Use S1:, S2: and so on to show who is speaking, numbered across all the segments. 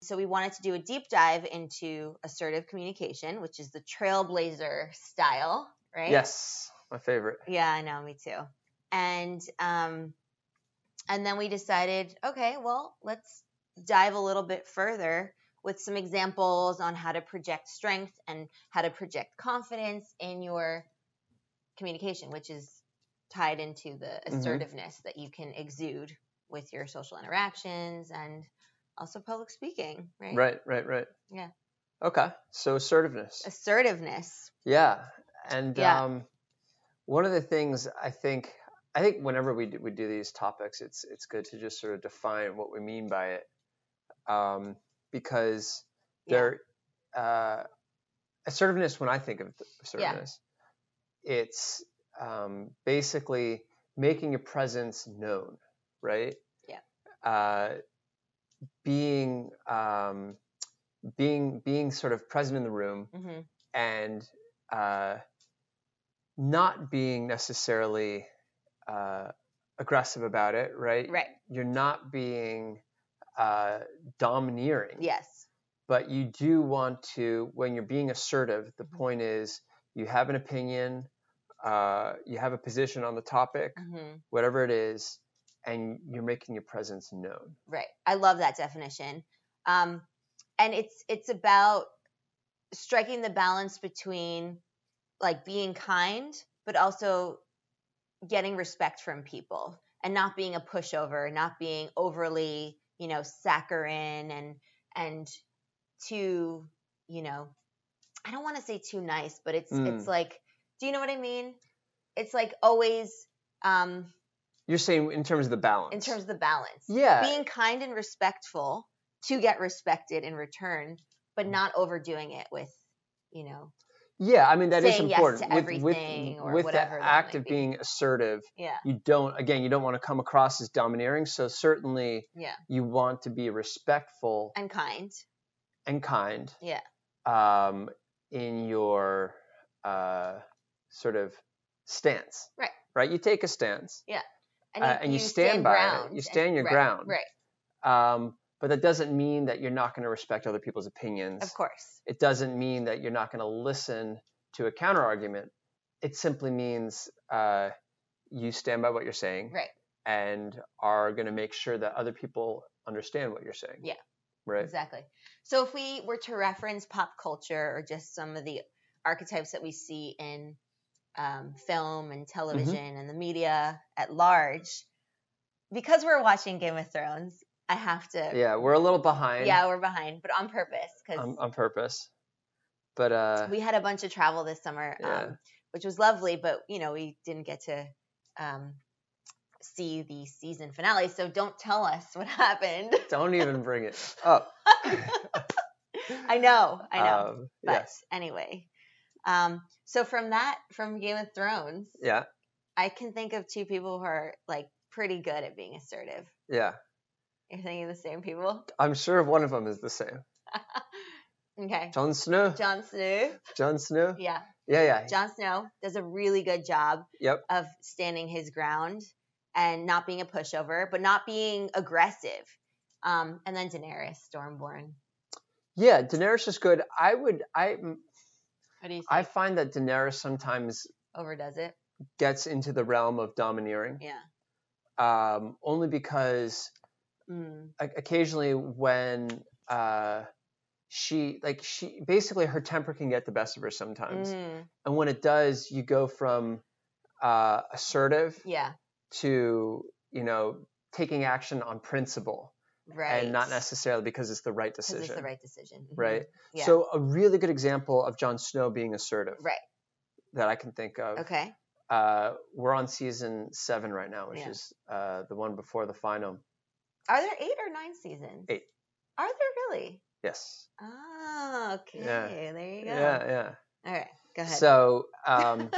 S1: so we wanted to do a deep dive into assertive communication, which is the trailblazer style, right?
S2: Yes, my favorite.
S1: Yeah, I know, me too. And um, and then we decided, okay, well, let's dive a little bit further with some examples on how to project strength and how to project confidence in your communication, which is tied into the assertiveness that you can exude with your social interactions and also public speaking, right?
S2: Right, right, right.
S1: Yeah.
S2: Okay, so assertiveness.
S1: Assertiveness.
S2: Yeah, and
S1: Yeah.
S2: Um, one of the things I think I think whenever we do, we do these topics, it's it's good to just sort of define what we mean by it, um, because
S1: Yeah.
S2: there uh, assertiveness. When I think of assertiveness, it's um, basically making your presence known, right?
S1: Yeah.
S2: Uh, being um, being being sort of present in the room
S1: hmm
S2: and uh, not being necessarily uh, aggressive about it, right?
S1: Right.
S2: You're not being uh, domineering,
S1: Yes.
S2: but you do want to, when you're being assertive, the
S1: Mhm.
S2: point is you have an opinion, uh, you have a position on the topic,
S1: hmm
S2: whatever it is, and you're making your presence known.
S1: Right. I love that definition. Um, and it's it's about striking the balance between like being kind, but also getting respect from people and not being a pushover, not being overly, you know, saccharine and and too, you know, I don't want to say too nice, but it's
S2: Mm.
S1: it's like, do you know what I mean? It's like always um
S2: You're saying in terms of the balance.
S1: in terms of the balance.
S2: Yeah.
S1: Being kind and respectful to get respected in return, but
S2: Mm-hmm.
S1: not overdoing it with, you know,
S2: Yeah, I mean that is
S1: saying yes to
S2: important. with with,
S1: everything or
S2: with the
S1: whatever that
S2: act
S1: might
S2: of
S1: be.
S2: being assertive,
S1: yeah,
S2: you don't again you don't want to come across as domineering. So certainly
S1: yeah,
S2: you want to be respectful
S1: and kind.
S2: and kind.
S1: Yeah.
S2: Um, in your uh, sort of stance.
S1: Right.
S2: Right. You take a stance uh, and you stand by it. You
S1: and-
S2: stand your
S1: right,
S2: ground.
S1: Right,
S2: Um, but that doesn't mean that you're not going to respect other people's opinions.
S1: of course.
S2: It doesn't mean that you're not going to listen to a counter argument. It simply means uh, you stand by what you're saying
S1: Right,
S2: and are going to make sure that other people understand what you're saying.
S1: Yeah.
S2: Right.
S1: exactly. So if we were to reference pop culture or just some of the archetypes that we see in um, film and
S2: Mm-hmm.
S1: television and the media at large, because we're watching Game of Thrones, I have to
S2: Yeah, Um, we're a little behind
S1: Yeah, we're behind, but on purpose because
S2: on, on purpose, but uh,
S1: we had a bunch of travel this summer,
S2: Yeah.
S1: um, which was lovely. But you know, we didn't get to um, see the season finale, so don't tell us what happened.
S2: don't even bring it up.
S1: I know, I know.
S2: Um,
S1: but
S2: yes.
S1: anyway, um, so from that, from Game of Thrones,
S2: Yeah.
S1: I can think of two people who are like pretty good at being assertive.
S2: Yeah.
S1: You're thinking of the same people,
S2: I'm sure one of them is the same.
S1: okay?
S2: Jon Snow.
S1: Jon Snow,
S2: Jon Snow.
S1: yeah.
S2: Yeah. Yeah.
S1: Jon Snow does a really good job
S2: Yep.
S1: of standing his ground and not being a pushover, but not being aggressive. Um, and then Daenerys Stormborn.
S2: Yeah. Daenerys is good. I would. I.
S1: What do you think?
S2: I find that Daenerys sometimes
S1: Overdoes it.
S2: gets into the realm of domineering,
S1: Yeah.
S2: um, only because
S1: Mm.
S2: o- occasionally when uh, she like she basically her temper can get the best of her sometimes,
S1: Mm.
S2: and when it does, you go from uh, assertive
S1: Yeah.
S2: to you know taking action on principle
S1: Right.
S2: and not necessarily because it's the right
S1: 'Cause
S2: decision,
S1: It's the right decision. Mhm.
S2: right?
S1: Yeah.
S2: So a really good example of Jon Snow being assertive
S1: right.
S2: that I can think of.
S1: Okay.
S2: Uh, we're on season seven right now, which
S1: Yeah.
S2: is uh, the one before the final.
S1: Are there eight or nine seasons?
S2: Eight.
S1: Are there really?
S2: Yes.
S1: Oh, okay. There you go.
S2: Yeah, yeah.
S1: All right. Go ahead.
S2: So, um,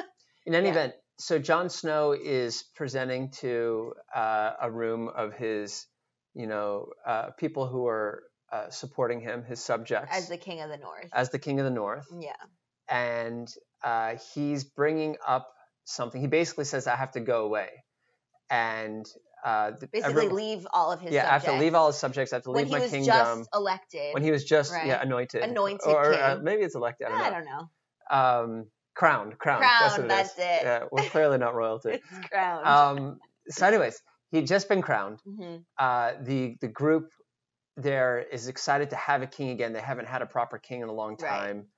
S2: in any
S1: Yeah.
S2: event, so Jon Snow is presenting to uh, a room of his, you know, uh, people who are uh, supporting him, his subjects,
S1: As the Mm. king of the north.
S2: as the king of the north,
S1: yeah.
S2: and uh, he's bringing up something. He basically says, "I have to go away," and uh, th-
S1: Basically,
S2: every-
S1: leave all of his.
S2: yeah, I have to
S1: subjects.
S2: leave all his subjects. I have to
S1: When
S2: leave
S1: he
S2: my
S1: was
S2: kingdom.
S1: just elected.
S2: when he was just
S1: Right.
S2: yeah anointed,
S1: Anointed
S2: or
S1: king.
S2: Uh, maybe it's elected. I don't know.
S1: I don't know.
S2: Um, crowned, crowned. that's what
S1: Crowned, that's
S2: it.
S1: it.
S2: is. Yeah, we're clearly not royalty.
S1: It's crowned.
S2: um, so, anyways, he'd just been crowned.
S1: hmm
S2: Uh, the the group there is excited to have a king again. They haven't had a proper king in a long
S1: Right.
S2: time.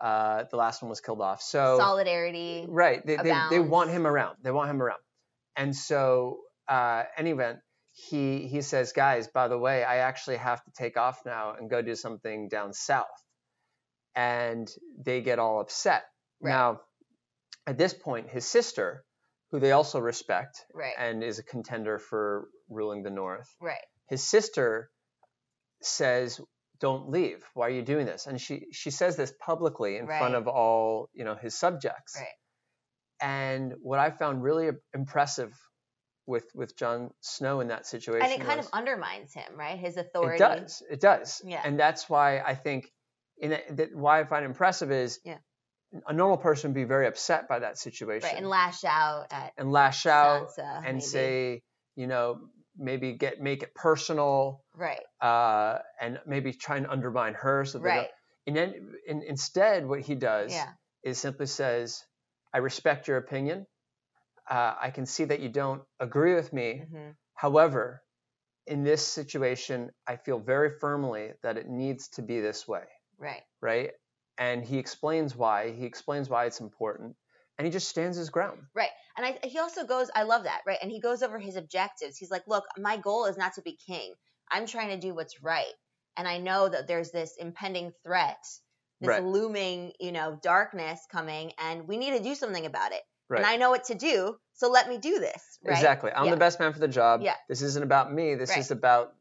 S2: Uh, the last one was killed off. So
S1: Solidarity.
S2: right, they, they they
S1: abounds.
S2: want him around. They want him around. And so, uh, any event, he he says, guys, by the way, I actually have to take off now and go do something down south. And they get all upset.
S1: Right.
S2: Now, at this point, his sister, who they also respect
S1: Right.
S2: and is a contender for ruling the North,
S1: right.
S2: his sister says don't leave why are you doing this and she she says this publicly in front
S1: Right.
S2: of all you know his subjects
S1: Right.
S2: and what i found really impressive with with john snow in that situation
S1: And it kind
S2: was,
S1: of undermines him, right? His authority.
S2: it does. It does.
S1: Yeah.
S2: And that's why I think, in a, that why I find it impressive is
S1: Yeah.
S2: a normal person would be very upset by that situation
S1: Right. And lash out at
S2: and lash out
S1: Sansa.
S2: and
S1: maybe.
S2: say, you know, maybe get make it personal
S1: Right.
S2: uh, and maybe try and undermine her. So that
S1: Right.
S2: And then in, instead, what he does
S1: Yeah.
S2: is simply says, "I respect your opinion. Uh, I can see that you don't agree with me.
S1: hmm
S2: However, in this situation, I feel very firmly that it needs to be this way,
S1: Right.
S2: right? And he explains why. He explains why it's important, and he just stands his ground.
S1: And I, he also goes, I love that, right? And he goes over his objectives. He's like, look, my goal is not to be king. I'm trying to do what's right. And I know that there's this impending threat, this
S2: Right.
S1: looming, you know, darkness coming, and we need to do something about it.
S2: Right.
S1: And I know what to do, so let me do this, right?
S2: Exactly. I'm
S1: Yeah.
S2: the best man for the job.
S1: Yeah.
S2: This isn't about me. This
S1: Right.
S2: is about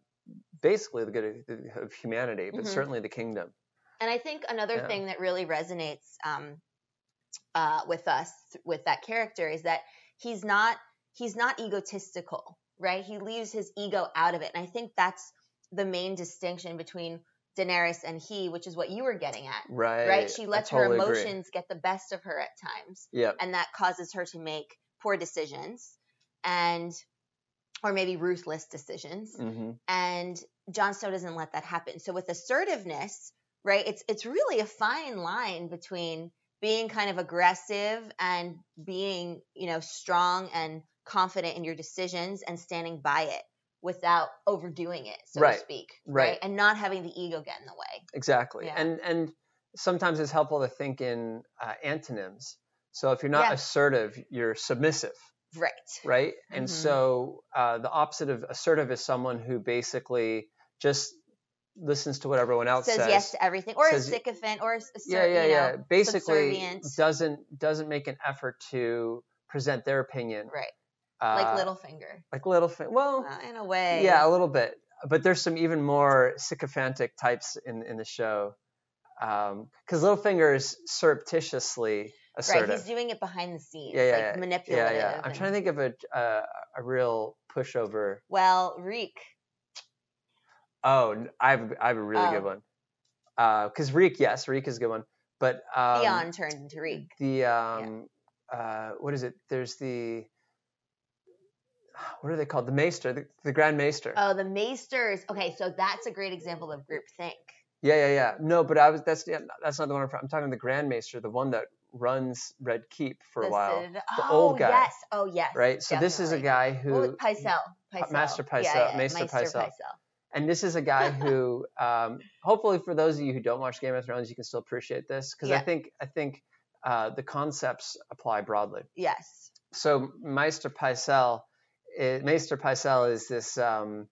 S2: basically the good of, of humanity, but
S1: Mhm.
S2: certainly the kingdom.
S1: And I think another
S2: Yeah.
S1: thing that really resonates um, uh, with us with that character is that he's not he's not egotistical, right? He leaves his ego out of it, and I think that's the main distinction between Daenerys and he, which is what you were getting at,
S2: Right.
S1: right? She
S2: I
S1: lets
S2: totally
S1: her
S2: agree.
S1: emotions get the best of her at times,
S2: Yep.
S1: and that causes her to make poor decisions and or maybe ruthless decisions
S2: hmm
S1: and Jon Snow doesn't let that happen. So with assertiveness, right, it's it's really a fine line between being kind of aggressive and being, you know, strong and confident in your decisions and standing by it without overdoing it, so
S2: Right,
S1: to speak.
S2: right.
S1: And not having the ego get in the way.
S2: Exactly.
S1: Yeah.
S2: And and sometimes it's helpful to think in uh, antonyms. So if you're not
S1: Yeah.
S2: assertive, you're submissive,
S1: Right.
S2: right? And
S1: Mhm.
S2: so uh, the opposite of assertive is someone who basically just listens to what everyone else
S1: Says,
S2: says.
S1: yes to everything. Or a
S2: says-
S1: sycophant or a s-
S2: yeah,
S1: assert-
S2: yeah,
S1: you know,
S2: yeah. Basically,
S1: subservient.
S2: doesn't doesn't make an effort to present their opinion.
S1: Right.
S2: Uh,
S1: Like Littlefinger.
S2: like little. Fi- well,
S1: Well, in a way.
S2: yeah, a little bit. But there's some even more sycophantic types in in the show, because Littlefinger is surreptitiously assertive.
S1: Right. He's doing it behind the scenes.
S2: Yeah, yeah,
S1: like
S2: yeah, yeah,
S1: manipulative.
S2: yeah. I'm
S1: and-
S2: trying to think of a a, a real pushover.
S1: Well, Reek.
S2: Oh, n- I have I have a really
S1: Oh.
S2: good one. Because Reek, yes, Reek is a good one. But um,
S1: Theon turned into Reek.
S2: the um uh what is it there's the what are they called the maester the, the grand maester
S1: Oh, the Maesters. Okay, so that's a great example of groupthink.
S2: yeah yeah yeah no but i was that's yeah, that's not the one i'm, I'm talking the grand maester the one that runs red keep for a
S1: The
S2: while
S1: Citadel-
S2: The
S1: oh,
S2: old guy,
S1: yes. Oh, yes.
S2: right so this is a
S1: definitely.
S2: guy who
S1: What was Pycelle?
S2: Pa-
S1: Pycelle.
S2: Master
S1: Yeah,
S2: Pycelle,
S1: yeah,
S2: Maester
S1: Maester
S2: Pycelle. and this is a guy who um hopefully for those of you who don't watch game of thrones you can still appreciate this because i
S1: Yeah.
S2: think i think uh the concepts apply broadly
S1: Yes.
S2: so Meister Pycelle, it, Meister Pycelle is this. Um,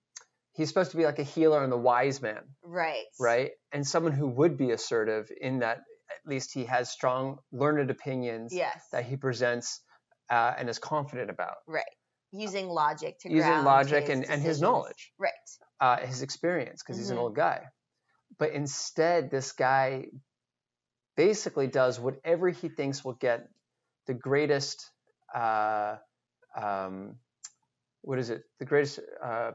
S2: he's supposed to be like a healer and the wise man,
S1: Right.
S2: right? And someone who would be assertive in that at least he has strong learned opinions
S1: Yes.
S2: that he presents uh, and is confident about,
S1: Using logic to
S2: using
S1: ground
S2: logic
S1: his
S2: and, and his
S1: decisions.
S2: knowledge,
S1: Right.
S2: uh, his experience, because he's an
S1: Mhm.
S2: old guy. But instead, this guy basically does whatever he thinks will get the greatest uh, um, what is it the greatest uh,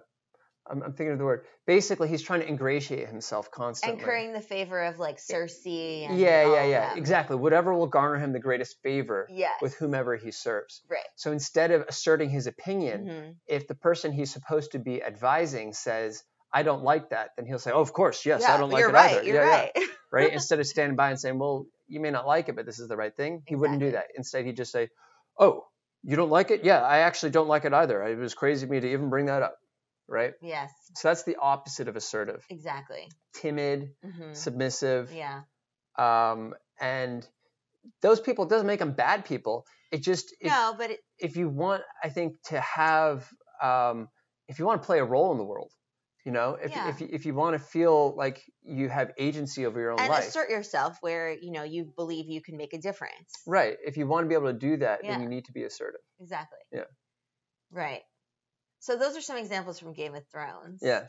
S2: I'm, I'm thinking of the word. Basically, he's trying to ingratiate himself constantly.
S1: Incurring the favor of like Circe and
S2: yeah,
S1: all
S2: yeah,
S1: of
S2: yeah.
S1: them.
S2: Exactly. Whatever will garner him the greatest favor
S1: Yes.
S2: with whomever he serves.
S1: Right.
S2: So instead of asserting his opinion,
S1: Mhm.
S2: if the person he's supposed to be advising says, I don't like that, then he'll say, Oh, of course, yes,
S1: Yeah,
S2: I don't like
S1: you're
S2: it
S1: right,
S2: either.
S1: You're
S2: yeah,
S1: right.
S2: yeah. Right? Instead of standing by and saying, Well, you may not like it, but this is the right thing, he wouldn't do that. Instead, he'd just say, Oh, you don't like it? Yeah, I actually don't like it either. It was crazy of me to even bring that up. Right?
S1: Yes.
S2: So that's the opposite of assertive
S1: Exactly.
S2: timid,
S1: hmm
S2: submissive.
S1: Yeah.
S2: Um, and those people, it doesn't make them bad people. It just, it,
S1: no, but it,
S2: if you want, I think, to have, um, if you want to play a role in the world, you know, if
S1: Yeah.
S2: if you, if you want to feel like you have agency over your own
S1: and
S2: life,
S1: assert yourself where you know you believe you can make a difference.
S2: right? If you want to be able to do that,
S1: Yeah.
S2: then you need to be assertive.
S1: Exactly.
S2: Yeah.
S1: Right. So those are some examples from Game of Thrones.
S2: Yeah,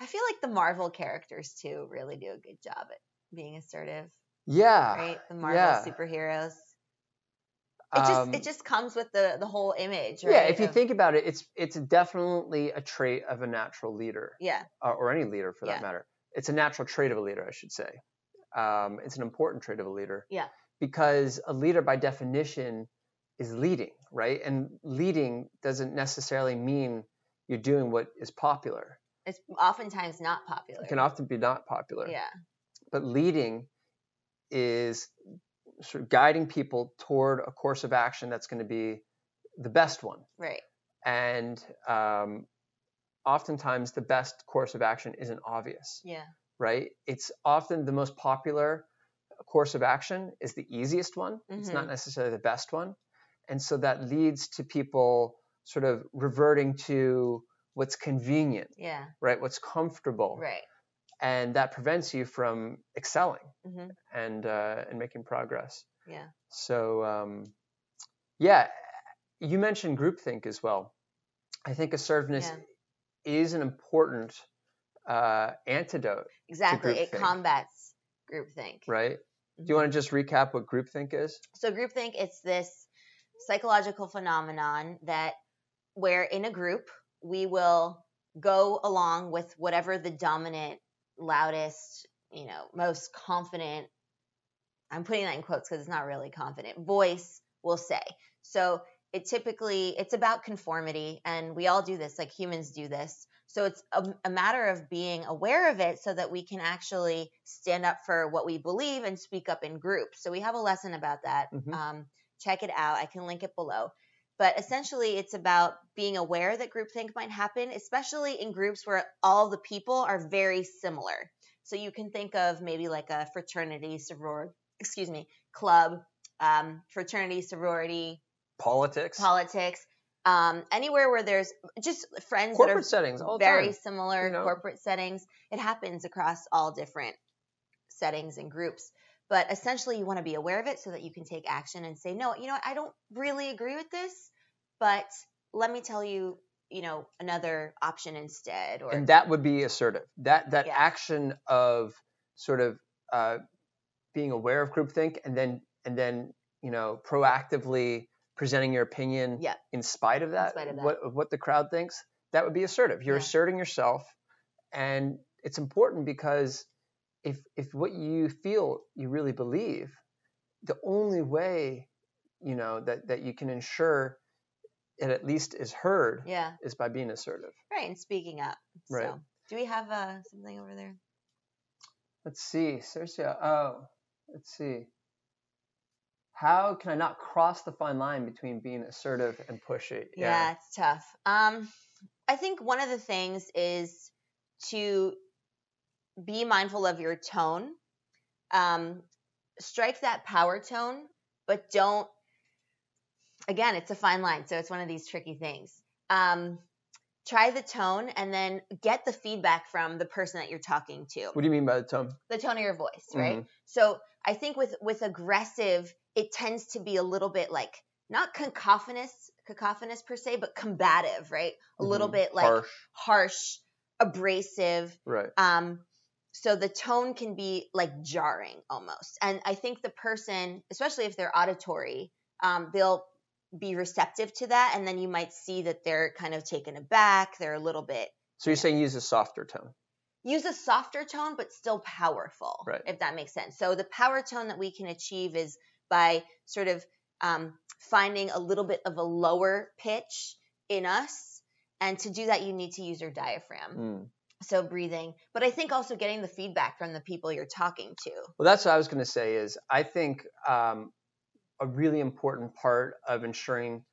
S1: I feel like the Marvel characters too really do a good job at being assertive,
S2: yeah.
S1: right? The Marvel
S2: Ah, yeah.
S1: superheroes. It just
S2: Um,
S1: it just comes with the the whole image, right?
S2: yeah. If you
S1: of-
S2: think about it, it's it's definitely a trait of a natural leader.
S1: yeah,
S2: uh, or any leader for that
S1: Yeah.
S2: matter. It's a natural trait of a leader, I should say. Um, it's an important trait of a leader.
S1: Yeah.
S2: Because a leader, by definition, is leading, right? And leading doesn't necessarily mean you're doing what is popular.
S1: it's oftentimes not popular.
S2: It can often be not popular.
S1: yeah,
S2: But leading is sort of guiding people toward a course of action that's going to be the best one.
S1: right.
S2: And um, oftentimes, the best course of action isn't obvious
S1: Yeah,
S2: right? It's often the most popular course of action is the easiest one. It's
S1: Mhm.
S2: not necessarily the best one. And so that leads to people sort of reverting to what's convenient,
S1: yeah,
S2: right? What's comfortable.
S1: right.
S2: And that prevents you from excelling
S1: hmm
S2: and uh, and making progress.
S1: Yeah.
S2: So um, yeah, you mentioned groupthink as well. I think assertiveness
S1: Yeah.
S2: is an important uh, antidote,
S1: Exactly. It
S2: groupthink.
S1: combats Mm-hmm. groupthink.
S2: right? Do you want to just recap what groupthink is?
S1: So groupthink it's this psychological phenomenon that where in a group we will go along with whatever the dominant, loudest, you know, most confident I'm putting that in quotes because it's not really confident voice will say. So it typically it's about conformity and we all do this like humans do this. So it's a, a matter of being aware of it so that we can actually stand up for what we believe and speak up in groups. So we have a lesson about that.
S2: Mhm.
S1: Um, check it out. I can link it below. But essentially, it's about being aware that groupthink might happen, especially in groups where all the people are very similar. So you can think of maybe like a fraternity, sorority, excuse me, club, um, fraternity, sorority,
S2: Politics,
S1: politics, um, anywhere where there's just friends
S2: corporate
S1: that
S2: settings, all
S1: are
S2: the
S1: very
S2: time.
S1: similar
S2: you know?
S1: corporate settings. It happens across all different settings and groups. But essentially, you want to be aware of it so that you can take action and say, no, you know, what, I don't really agree with this, but let me tell you, you know, another option instead. Or
S2: And that would be assertive. That that
S1: Yeah.
S2: action of sort of uh, being aware of groupthink and then and then you know proactively presenting your opinion
S1: Yeah.
S2: in spite of that,
S1: spite of that.
S2: What, of what the crowd thinks, that would be assertive. You're
S1: Yeah.
S2: asserting yourself, and it's important because if if what you feel you really believe, the only way you know that that you can ensure it at least is heard
S1: yeah.
S2: is by being assertive.
S1: Right, and speaking up.
S2: Right.
S1: So, do we have uh, something over there?
S2: Let's see, Circia. Oh, let's see. How can I not cross the fine line between being assertive and pushy?
S1: Yeah, it's tough. Um, I think one of the things is to be mindful of your tone. Um, strike that power tone, but don't. Again, it's a fine line, so it's one of these tricky things. Um, try the tone, and then get the feedback from the person that you're talking to.
S2: What do you mean by the tone?
S1: the tone of your voice,
S2: Mm-hmm.
S1: right? So I think with with aggressive, it tends to be a little bit like not cacophonous, cacophonous per se, but combative, right? A little
S2: Mhm.
S1: bit like harsh,
S2: Harsh.
S1: abrasive.
S2: Right.
S1: Um, so the tone can be like jarring almost, and I think the person, especially if they're auditory, um, they'll be receptive to that, and then you might see that they're kind of taken aback, they're a little bit
S2: So you're saying use a softer tone.
S1: use a softer tone but still powerful
S2: Right.
S1: if that makes sense so the power tone that we can achieve is by sort of um, finding a little bit of a lower pitch in us and to do that you need to use your diaphragm
S2: Mm.
S1: so breathing but i think also getting the feedback from the people you're talking to
S2: Well, that's what I was going to say. Is I think um, a really important part of ensuring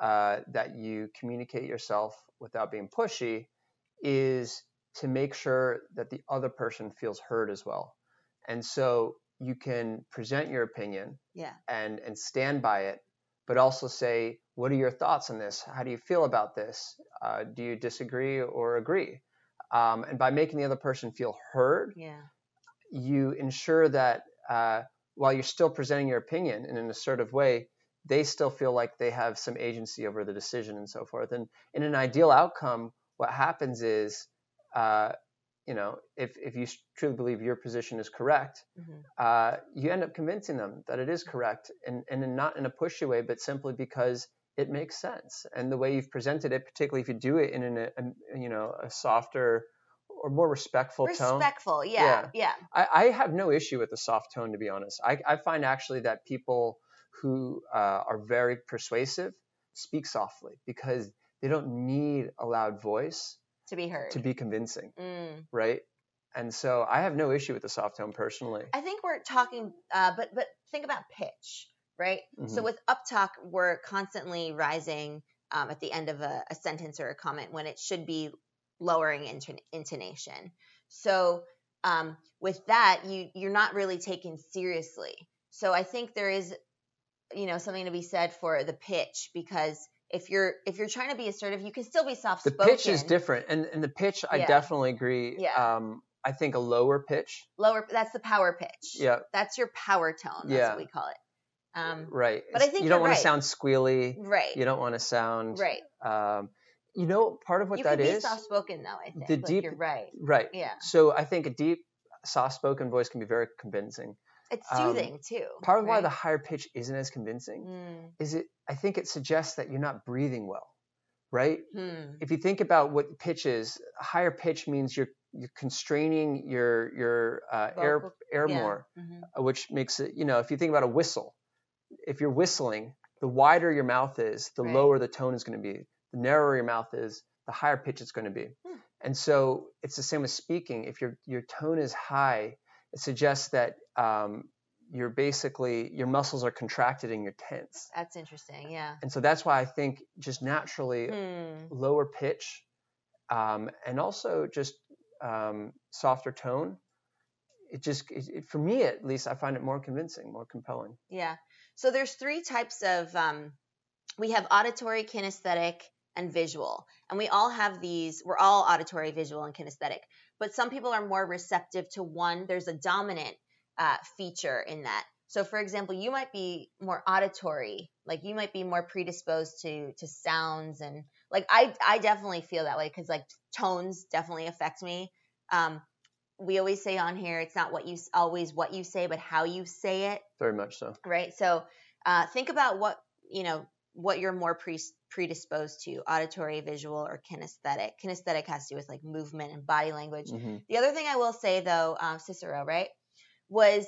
S2: uh, that you communicate yourself without being pushy is to make sure that the other person feels heard as well, and so you can present your opinion
S1: Yeah.
S2: and and stand by it, but also say what are your thoughts on this? How do you feel about this? Uh, do you disagree or agree? Um, and by making the other person feel heard,
S1: yeah
S2: you ensure that uh, while you're still presenting your opinion in an assertive way, they still feel like they have some agency over the decision and so forth. And in an ideal outcome, what happens is, uh, you know, if, if you truly believe your position is correct,
S1: hmm
S2: uh, you end up convincing them that it is correct and, and in not in a pushy way, but simply because it makes sense. And the way you've presented it, particularly if you do it in an, a, you know, a softer or more respectful tone,
S1: respectful yeah yeah
S2: I, I have no issue with the soft tone, to be honest. I, I find actually that people who uh, are very persuasive speak softly because they don't need a loud voice
S1: to be heard
S2: to be convincing,
S1: mm.
S2: right? And so I have no issue with the soft tone personally.
S1: I think we're talking, uh, but but think about pitch, right? So
S2: Mhm.
S1: with uptalk, we're constantly rising um, at the end of a, a sentence or a comment when it should be lowering inton- intonation. So um, with that, you you're not really taken seriously. So I think there is, you know, something to be said for the pitch because if you're if you're trying to be assertive, you can still be soft
S2: The
S1: spoken.
S2: pitch is different, and and the pitch I
S1: Yeah.
S2: definitely agree.
S1: Yeah.
S2: Um, I think a lower pitch.
S1: Lower. That's the power pitch.
S2: Yeah,
S1: That's your power tone. That's
S2: Yeah.
S1: what we call it. Um,
S2: right.
S1: But I
S2: It's-
S1: think
S2: you don't
S1: you're
S2: want
S1: right.
S2: to sound squealy.
S1: right.
S2: You don't want to sound.
S1: Right.
S2: Um, you know, part of what
S1: you
S2: that
S1: can be
S2: is-
S1: soft spoken though, I think.
S2: the
S1: like,
S2: deep-
S1: you're right.
S2: Right.
S1: Yeah.
S2: So I think a deep, soft-spoken voice can be very convincing.
S1: It's
S2: Um,
S1: soothing too.
S2: Part of why the
S1: right?
S2: higher pitch isn't as convincing
S1: Mm,
S2: is it. I think it suggests that you're not breathing well, right?
S1: hmm,
S2: If you think about what pitch is, a higher pitch means you're you're constraining your your uh, air
S1: Vocal-
S2: air
S1: yeah.
S2: more,
S1: mhm.
S2: uh, which makes it. You know, if you think about a whistle, if you're whistling, the wider your mouth is, the
S1: Right.
S2: lower the tone is going to be. The narrower your mouth is, the higher pitch it's going to be.
S1: Hmm.
S2: And so it's the same with speaking. If your your tone is high, it suggests that um, you're basically your muscles are contracted and you're tense.
S1: That's interesting. Yeah.
S2: And so that's why I think just naturally
S1: Hmm.
S2: lower pitch um, and also just um, softer tone. It just it, it- for me at least I find it more convincing, more compelling.
S1: Yeah. So there's three types of um, we have auditory, kinesthetic, and visual. And we all have these, we're all auditory, visual, and kinesthetic. But some people are more receptive to one. There's a dominant uh, feature in that. So, for example, you might be more auditory, like you might be more predisposed to to sounds and like I I definitely feel that way because like tones definitely affect me. Um, we always say on here, it's not what you s- always what you say, but how you say it
S2: Very much so.
S1: right? So uh, think about what you know what you're more pre- predisposed to: auditory, visual, or kinesthetic. Kinesthetic has to do with like movement and body language.
S2: Mhm.
S1: The other thing I will say though, um, Cicero, right, was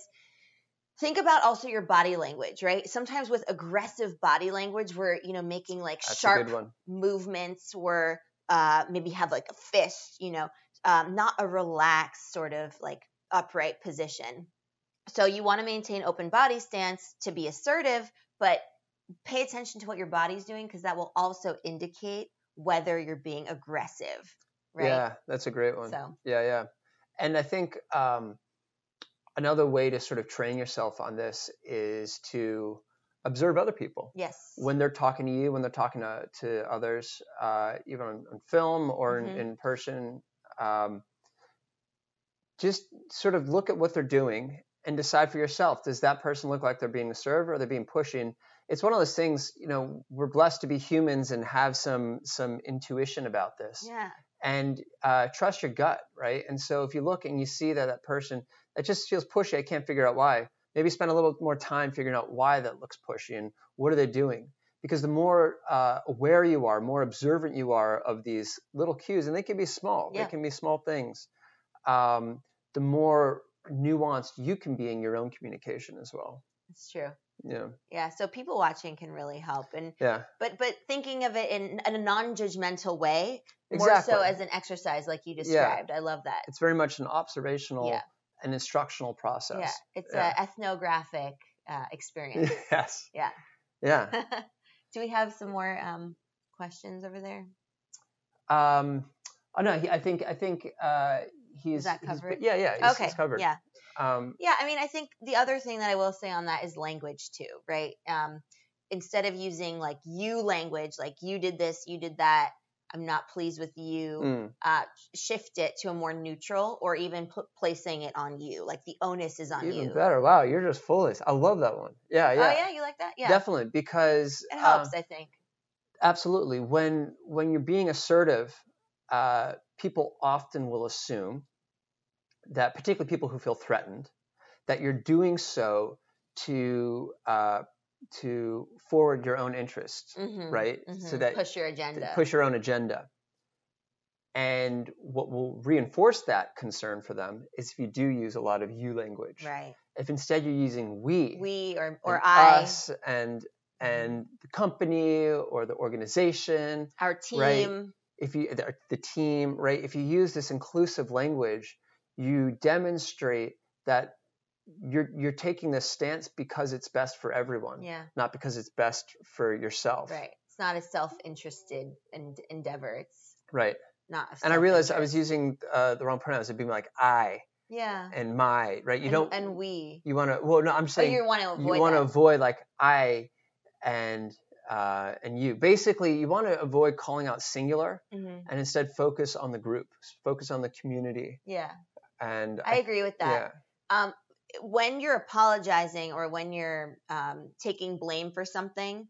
S1: think about also your body language, right? Sometimes with aggressive body language, we're you know making like
S2: That's a
S1: sharp
S2: good one.
S1: movements were uh, maybe have like a fist, you know, um, not a relaxed sort of like upright position. So you want to maintain open body stance to be assertive, but pay attention to what your body's doing because that will also indicate whether you're being aggressive, right?
S2: Yeah, that's a great one.
S1: So
S2: Yeah, yeah. And I think um, another way to sort of train yourself on this is to observe other people
S1: yes,
S2: when they're talking to you, when they're talking to, to others, uh, even on, on film or
S1: Mhm.
S2: in, in person. Um, just sort of look at what they're doing and decide for yourself does that person look like they're being assertive or they're being pushing it's one of those things you know we're blessed to be humans and have some some intuition about this
S1: yeah,
S2: and uh, trust your gut, right? And so if you look and you see that that person that just feels pushy, I can't figure out why. Maybe spend a little more time figuring out why that looks pushy and what are they doing? because the more uh, aware you are, more observant you are of these little cues, and they can be small,
S1: Yeah.
S2: they can be small things, um, the more nuanced you can be in your own communication as well.
S1: It's true.
S2: Yeah,
S1: Yeah. So people watching can really help, and
S2: yeah,
S1: but but thinking of it in, in a non-judgmental way,
S2: exactly.
S1: more so as an exercise, like you described. I love that.
S2: it's very much an observational
S1: Yeah.
S2: and instructional process.
S1: Yeah, it's
S2: Yeah.
S1: a ethnographic uh, experience.
S2: Yes.
S1: Yeah.
S2: Yeah.
S1: Do we have some more um, questions over there?
S2: Um, oh no, he, I think I think uh, he's
S1: that
S2: he's-
S1: covered?
S2: yeah, yeah, he's,
S1: okay.
S2: he's covered.
S1: Yeah.
S2: Um,
S1: Yeah, I mean, I think the other thing that I will say on that is language too, right? Um, instead of using like you language, like you did this, you did that, I'm not pleased with you,
S2: mm,
S1: uh, shift it to a more neutral or even pl- placing it on you. Like the onus is on
S2: even
S1: you.
S2: better. Wow, you're just foolish. I love that one. Yeah, yeah.
S1: Oh, yeah, you like that? Yeah.
S2: Definitely because
S1: it
S2: um,
S1: helps, I think.
S2: absolutely when when you're being assertive, uh, people often will assume that particularly people who feel threatened that you're doing so to uh, to forward your own interests,
S1: Mhm,
S2: right? So
S1: mhm.
S2: that
S1: push your
S2: to
S1: agenda.
S2: push your own agenda. And what will reinforce that concern for them is if you do use a lot of you language.
S1: Right.
S2: If instead you're using we,
S1: We or,
S2: and
S1: or I, Mm-hmm.
S2: us, and and the company or the organization,
S1: our
S2: right.
S1: team.
S2: if you the, the team, right? If you use this inclusive language, you demonstrate that you're you're taking this stance because it's best for everyone,
S1: Yeah.
S2: not because it's best for yourself,
S1: Right. It's not a self-interested en- endeavor. It's
S2: Right.
S1: not. a
S2: and I realized I
S1: self-interest.
S2: was using uh, the wrong pronouns. It'd be like I
S1: Yeah.
S2: and my, right? You
S1: and,
S2: don't.
S1: And we.
S2: you want to. Well, no, I'm
S1: Oh,
S2: saying
S1: you want to avoid.
S2: you want to
S1: that.
S2: avoid like I and uh, and you. Basically, you want to avoid calling out singular
S1: Mhm.
S2: and instead focus on the group, focus on the community.
S1: Yeah.
S2: And
S1: I agree with that.
S2: yeah,
S1: um, when you're apologizing or when you're um, taking blame for something,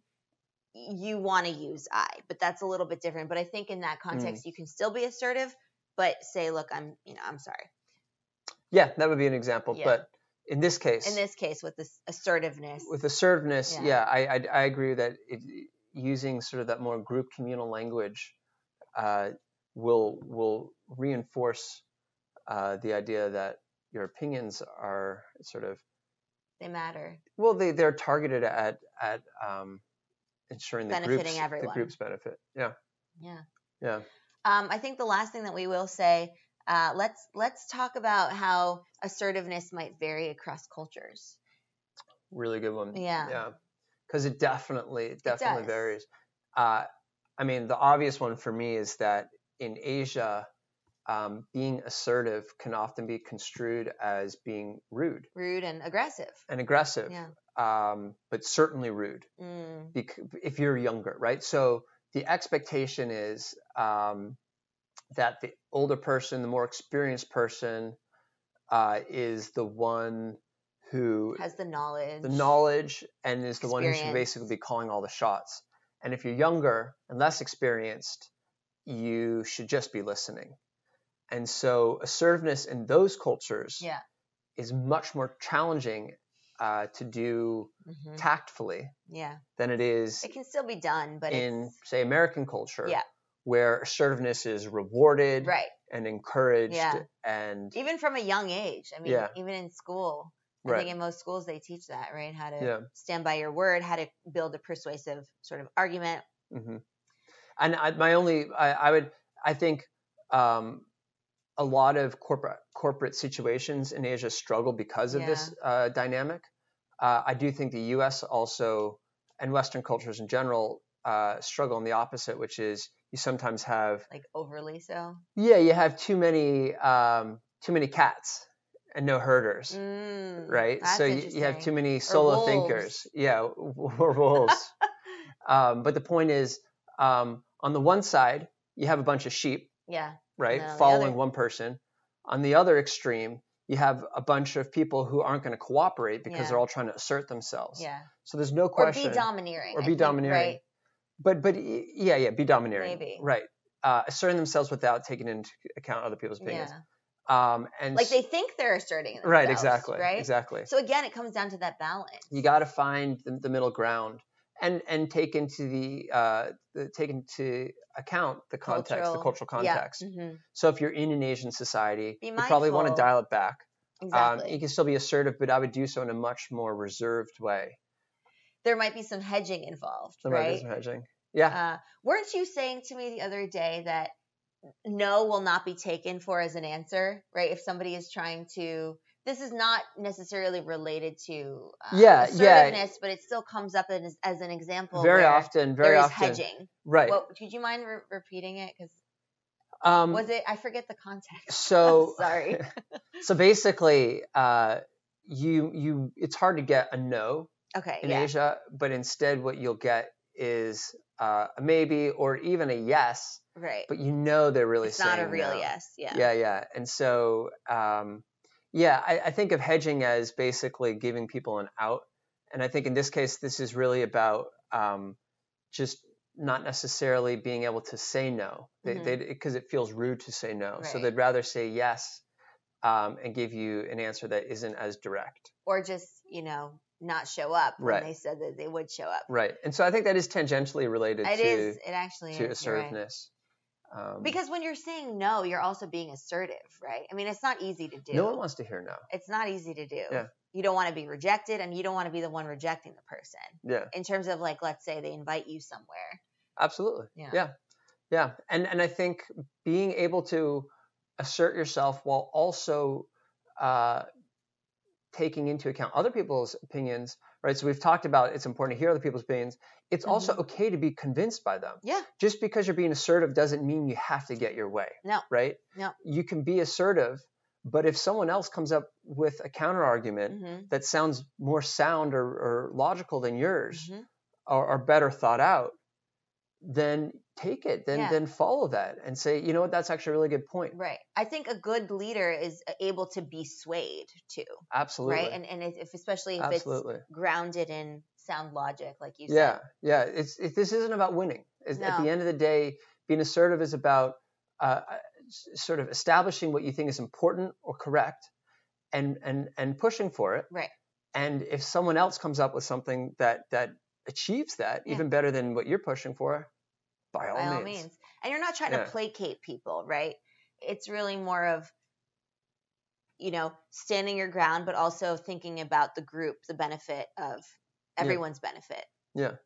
S1: you want to use I, but that's a little bit different. But I think in
S2: Mm.
S1: that context, you can still be assertive, but say, look, I'm, you know, I'm sorry.
S2: yeah, that would be an example.
S1: Yeah.
S2: But in this case,
S1: In this case, with this assertiveness,
S2: with assertiveness,
S1: Yeah.
S2: yeah, I, I I agree that it, using sort of that more group communal language uh, will will reinforce uh, the idea that your opinions are sort of
S1: they matter.
S2: well they they're targeted at at um, ensuring the
S1: Benefiting
S2: groups the
S1: everyone.
S2: groups benefit. Yeah,
S1: Yeah.
S2: yeah,
S1: Um, I think the last thing that we will say, uh, let's let's talk about how assertiveness might vary across cultures.
S2: really good one.
S1: Yeah.
S2: yeah, because it definitely it definitely
S1: does.
S2: varies. Uh, I mean, the obvious one for me is that in Asia. Um, being assertive can often be construed as being rude
S1: Rude and aggressive.
S2: and aggressive,
S1: Yeah.
S2: um, but certainly rude.
S1: Mm,
S2: bec- if you're younger, right? So the expectation is um, that the older person, the more experienced person, uh, is the one who
S1: has the knowledge.
S2: the knowledge and is the one who should
S1: Experience.
S2: basically be calling all the shots. And if you're younger and less experienced, you should just be listening. And so assertiveness in those cultures
S1: Yeah.
S2: is much more challenging uh, to do
S1: Mhm.
S2: tactfully
S1: Yeah.
S2: than it is
S1: It can still be done, but
S2: in
S1: it's
S2: say American culture,
S1: Yeah.
S2: where assertiveness is rewarded
S1: right.
S2: and encouraged,
S1: Yeah.
S2: and
S1: Even from a young age. I mean,
S2: Yeah.
S1: even in school. I
S2: right,
S1: think in most schools they teach that, right? How to
S2: Yeah.
S1: stand by your word, how to build a persuasive sort of argument.
S2: hmm and I, my only, I, I would, I think, um, a lot of corporate corporate situations in Asia struggle because of this uh, dynamic. Uh, I do think the U.S. also and Western cultures in general uh, struggle in the opposite, which is you sometimes have
S1: Like overly so.
S2: yeah, you have too many um, too many cats and no herders.
S1: Mm,
S2: right?
S1: That's
S2: so you, you have too
S1: interesting.
S2: many solo
S1: wolves.
S2: thinkers. Yeah, w- or wolves. um, but the point is, um, on the one side, you have a bunch of sheep,
S1: Yeah.
S2: right,
S1: No, the
S2: following
S1: other-
S2: one person. On the other extreme, you have a bunch of people who aren't going to cooperate because
S1: Yeah.
S2: they're all trying to assert themselves.
S1: Yeah.
S2: So there's no
S1: Or
S2: question.
S1: be domineering.
S2: Or
S1: I
S2: be
S1: think,
S2: domineering.
S1: Right?
S2: but but y- yeah, yeah, be domineering.
S1: Maybe.
S2: Right. Uh, asserting themselves without taking into account other people's
S1: Yeah.
S2: opinions. Um, and
S1: Like
S2: s-
S1: they think they're asserting themselves.
S2: right, exactly,
S1: Right.
S2: exactly.
S1: So again, it comes down to that balance.
S2: you got to find the, the middle ground and and take into the, uh, the take into account the context, the cultural context. Um,
S1: Yeah. mhm,
S2: So if you're in an Asian society,
S1: Be
S2: you probably want to
S1: mindful.
S2: dial it back.
S1: Exactly.
S2: Um, you can still be assertive, but I would do so in a much more reserved way.
S1: there might be some hedging involved,
S2: So maybe
S1: right?
S2: it's hedging. Yeah,
S1: Uh, weren't you saying to me the other day that no will not be taken for as an answer, right? If somebody is trying to, this is not necessarily related to uh,
S2: Yeah, yeah.
S1: assertiveness, but it still comes up as, as an example.
S2: very
S1: where
S2: often,
S1: there
S2: very
S1: is
S2: often.
S1: hedging.
S2: Right.
S1: What, could you mind re- repeating it? Because
S2: um,
S1: was it? I forget the context.
S2: so
S1: I'm sorry.
S2: so basically, uh, you you it's hard to get a no
S1: Okay.
S2: in
S1: yeah.
S2: Asia, but instead what you'll get is uh, a maybe or even a yes,
S1: Right.
S2: but you know they're really
S1: it's
S2: saying
S1: not a real
S2: no.
S1: yes. Yeah.
S2: yeah yeah and so um, yeah I, I think of hedging as basically giving people an out and i think in this case this is really about um, just not necessarily being able to say no because
S1: Mhm.
S2: they, because it feels rude to say no so
S1: Right.
S2: they'd rather say yes um, and give you an answer that isn't as direct
S1: Or just you know not show up when
S2: Right.
S1: they said that they would show up.
S2: right and so i think that is tangentially related
S1: It
S2: to
S1: is. It actually
S2: to
S1: is. you're right.
S2: assertiveness um,
S1: Because when you're saying no, you're also being assertive, right? I mean, it's not easy to do.
S2: no one wants to hear no
S1: it's not easy to do.
S2: Yeah.
S1: You don't want to be rejected and you don't want to be the one rejecting the person.
S2: yeah
S1: In terms of like let's say they invite you somewhere.
S2: absolutely
S1: Yeah.
S2: yeah yeah and and i think being able to assert yourself while also uh, taking into account other people's opinions right so we've talked about it's important to hear other people's opinions it's
S1: Mm-hmm.
S2: also okay to be convinced by them
S1: Yeah.
S2: just because you're being assertive doesn't mean you have to get your way
S1: No.
S2: right
S1: No.
S2: you can be assertive but if someone else comes up with a counter argument
S1: Mhm.
S2: that sounds more sound or, or logical than yours
S1: Mhm.
S2: are, are better thought out, then take it, then
S1: Yeah.
S2: then follow that and say, you know what, that's actually a really good point.
S1: Right. I think a good leader is uh, able to be swayed too,
S2: Absolutely.
S1: right? And and if, if especially if
S2: Absolutely.
S1: it's grounded in sound logic like you
S2: Yeah.
S1: said.
S2: Yeah. It's it, this isn't about winning. It's- At
S1: No.
S2: the end of the day, being assertive is about uh, s- sort of establishing what you think is important or correct, and and and pushing for it.
S1: Right.
S2: And if someone else comes up with something that that achieves that
S1: Yeah.
S2: even better than what you're pushing for, by all,
S1: by
S2: means.
S1: all means. And you're not trying
S2: Yeah.
S1: to placate people, right? It's really more of, you know, standing your ground, but also thinking about the group, the benefit of
S2: Yeah.
S1: everyone's benefit.